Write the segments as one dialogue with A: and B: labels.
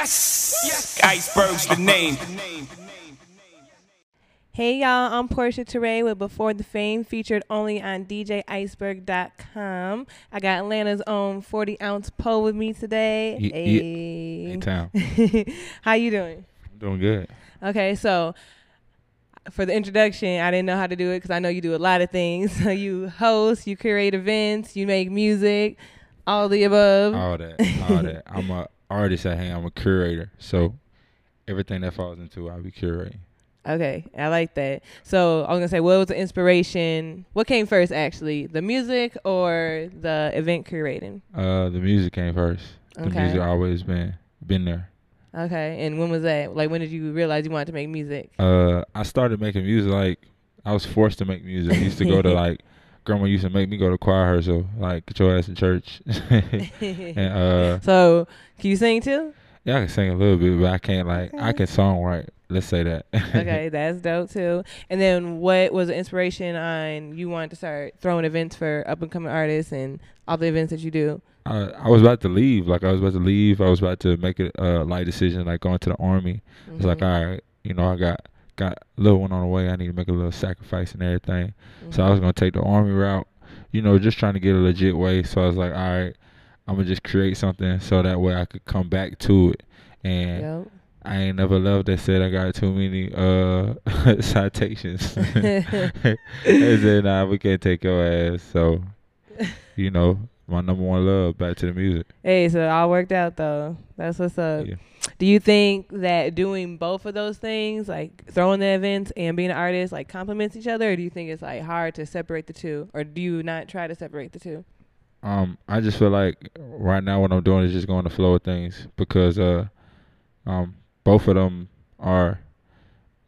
A: Yes. yes. Iceberg's the name.
B: Hey y'all, I'm Portia Teray with Before the Fame, featured only on DJIceberg.com. I got Atlanta's own 40 ounce Poe with me today.
C: Ye-
B: Hey.
C: Town.
B: How you doing?
C: I'm doing good.
B: Okay, so for the introduction, I didn't know how to do it because I know you do a lot of things. So you host, you curate events, you make music, all the above.
C: All that. All that. I'm a artist at hand. I'm a curator. So everything that falls into it, I be curating.
B: Okay, I like that. So I was gonna say, what was the inspiration? What came first, actually, the music or the event curating?
C: Uh the music came first. The
B: Okay.
C: music always been been there.
B: Okay, and when was that? Like, when did you realize you wanted to make music?
C: Uh I started making music like I was forced to make music. I used to go to like grandma used to make me go to choir rehearsal, like get your ass in church. and uh
B: so, can you sing too?
C: yeah, I can sing a little bit, but I can't like I can song right. Let's say that.
B: Okay, that's dope too. And then, what was the inspiration on you wanted to start throwing events for up and coming artists and all the events that you do?
C: I, I was about to leave. Like I was about to leave. I was about to make a uh, light decision, like going to the army. It's
B: Mm-hmm.
C: like, uh, all right, you know, I got got a little one on the way. I need to make a little sacrifice and everything.
B: Mm-hmm.
C: So I was gonna take the army route. You know, just trying to get a legit way. So I was like, all right, I'm gonna just create something so that way I could come back to it. And
B: Mm-hmm. Yep.
C: I ain't never loved that said I got too many uh citations. and then nah, we can't take your ass. So you know, my number one love back to the music.
B: Hey, so it all worked out though. That's what's up.
C: Yeah.
B: Do you think that doing both of those things, like throwing the events and being an artist, like complements each other, or do you think it's like hard to separate the two, or do you not try to separate the two?
C: Um, I just feel like right now what I'm doing is just going to flow of things because uh um both of them are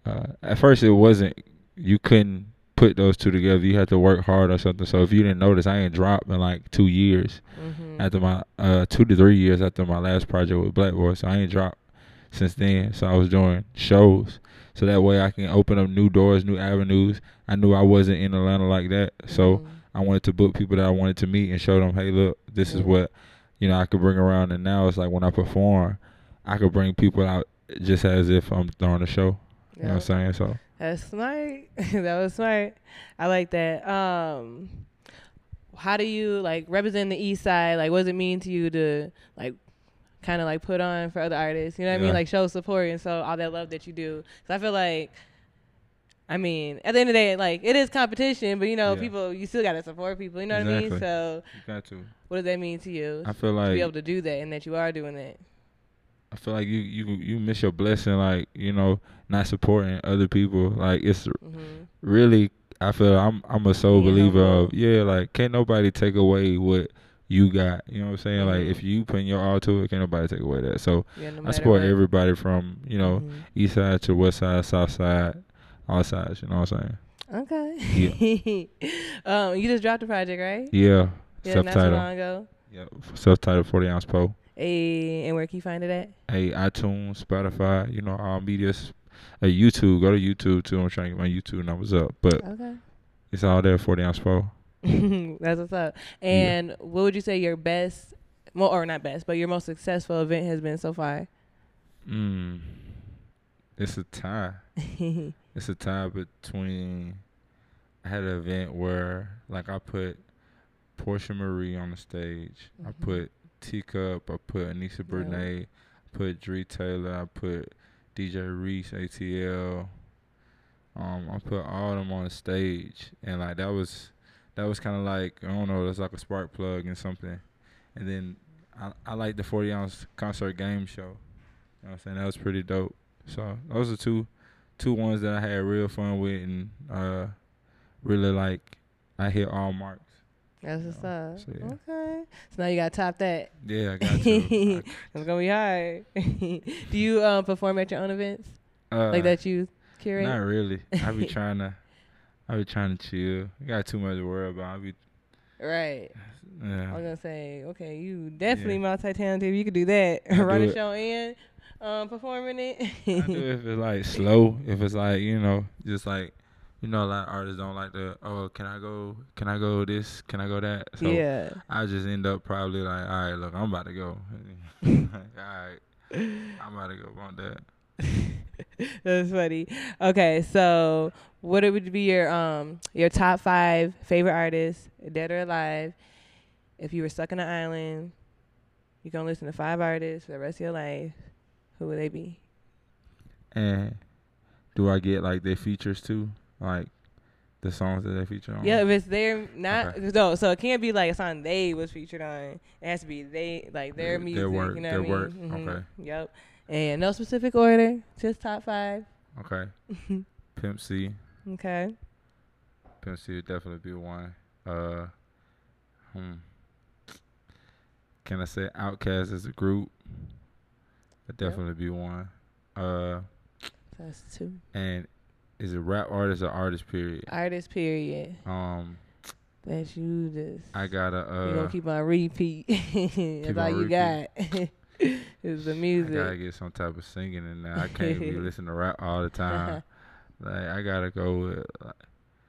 C: uh at first it wasn't you couldn't put those two together. You had to work hard or something. So if you didn't notice I ain't dropped in like two years.
B: Mm-hmm.
C: after my uh two to three years after my last project with Black Boy, so I ain't dropped since then. So I was doing shows, so that way I can open up new doors, new avenues. I knew I wasn't in Atlanta like that, so I wanted to book people that I wanted to meet and show them, hey, look, this is what you know I could bring around. And now it's like when I perform, I could bring people out just as if I'm throwing a show. You know what I'm saying? So
B: Mm-hmm. That's smart. that was smart. I like that. Um, how do you like represent the East Side? Like, what does it mean to you to like kind of like put on for other artists? You know what I mean?
C: Yeah.
B: Like, show support and so all that love that you do. Cause I feel like, I mean, at the end of the day, like it is competition, but you know,
C: Yeah.
B: people you still gotta support people. You know what I mean?
C: Exactly.
B: So,
C: you got to.
B: what does that mean to you
C: I feel
B: to
C: like
B: be able to do that and that you are doing that?
C: I feel like you you you miss your blessing, like you know, not supporting other people. Like it's
B: hmm
C: really, I feel I'm I'm a sole
B: Being
C: believer
B: humble.
C: of yeah. Like can't nobody take away what you got. You know what I'm saying?
B: Mhm.
C: Like if you put your all to it, can't nobody take away that. So I support everybody from you know
B: Mm-hmm.
C: east side to west side, south side, all sides. You know what I'm saying?
B: Okay. um, you just dropped a project, right?
C: Yeah.
B: Yeah, not too
C: Subtitle.
B: long ago.
C: Yeah. Subtitle. Forty ounce po.
B: Hey, and where can you find it at?
C: Hey, iTunes, Spotify. You know all media. Uh, YouTube. Go to YouTube too. I'm trying to get my YouTube numbers up, but
B: Okay.
C: It's all there, 40 ounce pro.
B: That's what's up. And what would you say your best, well, or not best, but your most successful event has been so far?
C: Mm. It's a tie.
B: mm-hmm.
C: It's a tie between. I had an event where, like, I put Portia Marie on the stage.
B: Mhm.
C: I put T Cup. I put Anissa Bernay. I put Dree Taylor. I put DJ Reese, ATL. Um, I put all of them on the stage, and like that was, that was kind of like I don't know, that's like a spark plug and something. And then I, I like the 40 ounce concert game show. You know what I'm saying? That was pretty dope. So those are two two ones that I had real fun with and uh really like I hit all marks.
B: That's what's up.
C: so yeah.
B: Okay. So now you got to top that.
C: Yeah, I got you.
B: It's going to be hard. Do you um, perform at your own events?
C: I- uh,
B: like that you curate?
C: Not really. I be trying to I be trying to chill. I got too much to worry about. I be
B: Right. I was
C: yeah.
B: gonna say, okay, you definitely
C: Yeah.
B: multi-talented. You could do that.
C: I
B: Run
C: do
B: a
C: it.
B: show and um, performing it.
C: I do if it's like slow, if it's like, you know, just like you know, a lot of artists don't like the oh, can I go can I go this, can I go that? So
B: yeah.
C: I just end up probably like, all right, look, I'm about to go. all right, I'm about to go on that.
B: That's funny. Okay, so what it would be your um your top five favorite artists, dead or alive? If you were stuck on an island, you can listen to five artists for the rest of your life. Who would they be?
C: And do I get like their features too? Like the songs that they feature on?
B: Yeah, if it's their not
C: Mm-hmm. Okay.
B: no, so it can't be like a song they was featured on. It has to be they like their
C: Their- their
B: music.
C: work,
B: you know
C: their
B: what I mean?
C: work,
B: Mhm.
C: okay.
B: Yep. And no specific order, just top five.
C: Okay. Pimp C.
B: Okay.
C: Pimp C would definitely be one. Uh, hmm. Can I say Outkast as a group?
B: Yep.
C: Would definitely be one. Uh,
B: So that's two
C: and is it rap artist or artist period?
B: artists. Period.
C: Um,
B: That you just.
C: I gotta
B: you
C: uh,
B: gonna keep on repeat. That's all
C: on
B: you got. is the
C: I
B: music.
C: gotta get some type of singing in there. I can't be listening to rap all the time. Like I gotta go with. Like,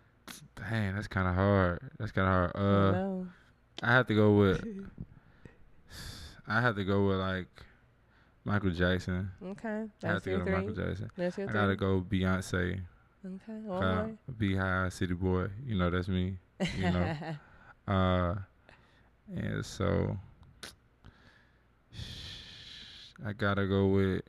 C: dang, that's kind of hard. That's kind of hard.
B: I
C: Uh,
B: don't know.
C: I have to go with. I have to go with like Michael Jackson.
B: okay.
C: I have
B: That's
C: to go
B: your
C: to
B: three.
C: Michael Jackson.
B: That's your
C: I
B: three.
C: gotta go Beyonce.
B: Okay. One
C: Uh,
B: more.
C: Be high, city boy. You know that's me. You know. uh, and so I gotta go with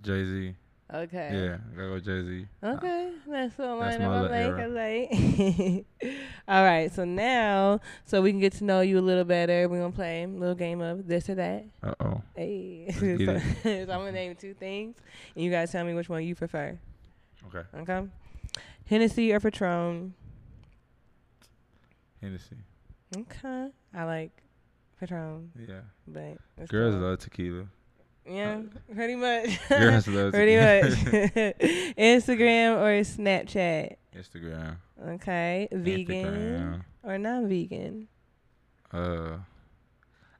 C: Jay Z.
B: okay.
C: Yeah, I gotta go Jay Z.
B: Okay, that's what
C: That's
B: line
C: my
B: up.
C: little
B: I like. I like. All right, so now, so we can get to know you a little better, we're gonna play a little game of this or that.
C: Uh oh.
B: Hey,
C: Let's
B: so,
C: get it.
B: so I'm gonna name two things, and you guys tell me which one you prefer.
C: Okay.
B: Okay, Hennessy or Patron?
C: Hennessy.
B: Okay, I like Patron,
C: Yeah.
B: but it's
C: Girls
B: cool.
C: love tequila.
B: yeah, pretty much.
C: Girls love
B: pretty
C: tequila.
B: much. Instagram or Snapchat?
C: Instagram.
B: Okay, vegan or non-vegan?
C: Instagram. Uh,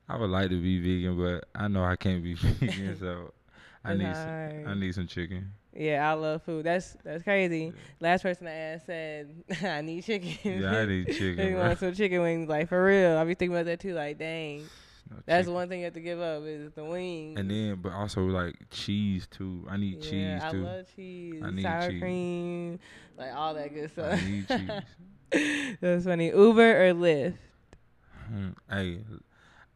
C: I would like to be vegan, but I know I can't be vegan, so I
B: It's
C: need some,
B: hard.
C: I need some chicken.
B: Yeah, I love food. That's that's crazy. Last person I asked said, "I need chicken."
C: Yeah, I need chicken.
B: they
C: bro.
B: want some chicken wings, like for real. I be thinking about that too. Like, dang,
C: No
B: that's
C: chicken.
B: one thing you have to give up is the wings.
C: And then, but also like cheese too. I need
B: yeah,
C: cheese
B: I
C: too.
B: love cheese,
C: I need
B: sour
C: cheese.
B: cream, like all that good
C: I
B: stuff.
C: need cheese.
B: that's funny. Uber or Lyft?
C: Hmm, Hey,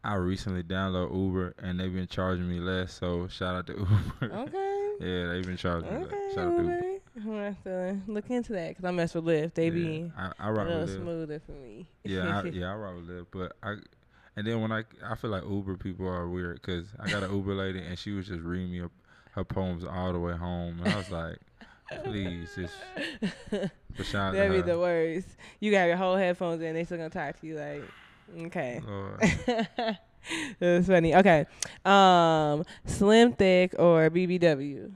C: I recently downloaded Uber and they've been charging me less. So shout out to Uber.
B: Okay.
C: yeah, they've been charging me
B: Okay,
C: less. Shout out to Uber.
B: Uber. I'm gonna have to look into that because I mess with Lyft. They be
C: yeah, I, I
B: a
C: rock
B: little
C: with Lyft.
B: smoother for me.
C: Yeah, I, yeah, I rock with Lyft. But I, and then when I, I feel like Uber people are weird because I got an Uber lady and she was just reading me her, her poems all the way home, and I was like, please just. But shout out to
B: That'd be the
C: her.
B: worst. You got your whole headphones in, they still gonna talk to you like, okay.
C: Lord.
B: Mm. That's funny. Okay. Um Slim Thick or BBW?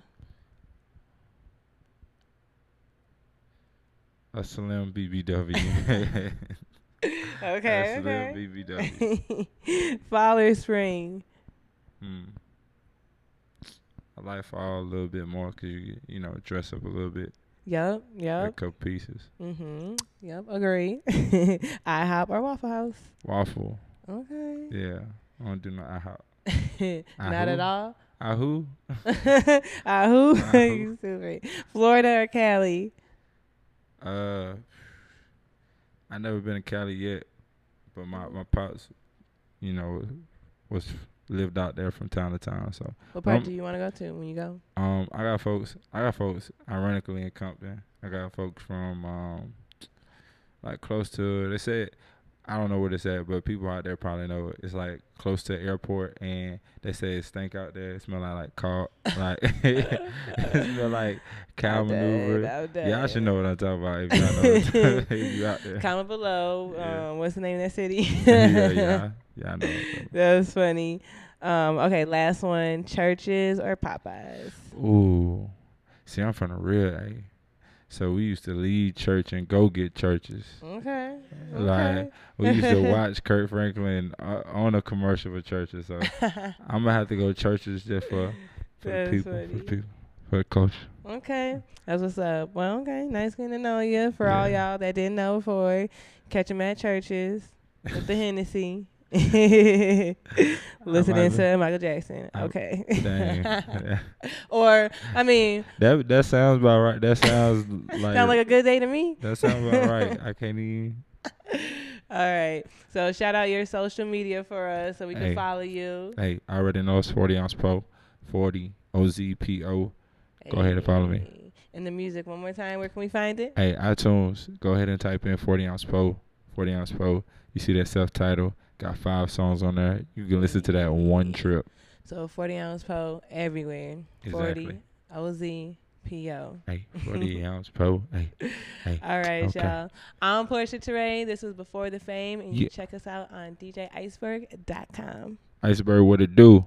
C: A slim BBW.
B: Okay.
C: a slim
B: okay.
C: BBW.
B: Fall or spring?
C: Hmm. I like fall a little bit more because you get, you know dress up a little bit,
B: Yep,
C: a
B: yep.
C: couple pieces.
B: Mhm. Yep, agree. IHOP or Waffle House?
C: Waffle,
B: Okay.
C: yeah. I don't do no IHOP.
B: Not at
C: Ahu.
B: all.
C: I who?
B: Ah, who?
C: Ahu.
B: you stupid. Florida or Cali?
C: Uh, I never been to Cali yet, but my
B: Mm.
C: my pops, you know, was lived out there from time to time. So
B: What part
C: Um,
B: do you want to go to when you go?
C: um, I got folks. I got folks. Ironically, in Compton, I got folks from um, like close to. They said, I don't know where it's at, but people out there probably know it. It's like close to the airport, and they say it stink out there. It smell like like car, like it smell like cow
B: Out there,
C: maneuver.
B: out
C: Yeah, I should
B: there.
C: know what I'm talking about. If, y'all know what I'm talking- if you out there,
B: Comment below.
C: Yeah.
B: Um, what's the name of that city?
C: yeah, yeah, yeah, I know. what
B: that was funny. Um, okay, last one: churches or Popeyes?
C: I'm talking about. Ooh, see, I'm from the real. A. So we used to leave church and go get churches.
B: Mm, Okay.
C: Like we used to watch Kurt Franklin uh, on a commercial for churches. So I'm gonna have to go churches just for for the
B: That's
C: people, for
B: funny.
C: the people, for the culture.
B: Okay, that's what's up. Well, okay, nice getting to know you. For all
C: Yeah.
B: y'all that didn't know before, catch 'em at churches with the Hennessy. Listening
C: Michael-
B: to Michael Jackson.
C: I-
B: Okay.
C: Dang. that,
B: or I mean,
C: that sounds about right. That sounds like,
B: sound like a good day to me.
C: that sounds about right. I can't even.
B: All right. So shout out your social media for us so we can
C: Hey.
B: follow you.
C: Hey, I already know it's forty ounce po, forty O Z P O. Go ahead and follow me.
B: Hey. And the music one more time. Where can we find it?
C: Hey, iTunes. Go ahead and type in forty ounce po, forty ounce po. You see that self title. Got five songs on there. You can listen to that one trip.
B: So 40 ounce po everywhere. 40
C: Exactly.
B: O Z P O.
C: Hey, forty ounce po. Hey, hey.
B: All right,
C: Okay.
B: y'all. I'm Portia Teray. This was Before the Fame, and you
C: Yeah.
B: check us out on DJIceberg.com.
C: Iceberg, what it do?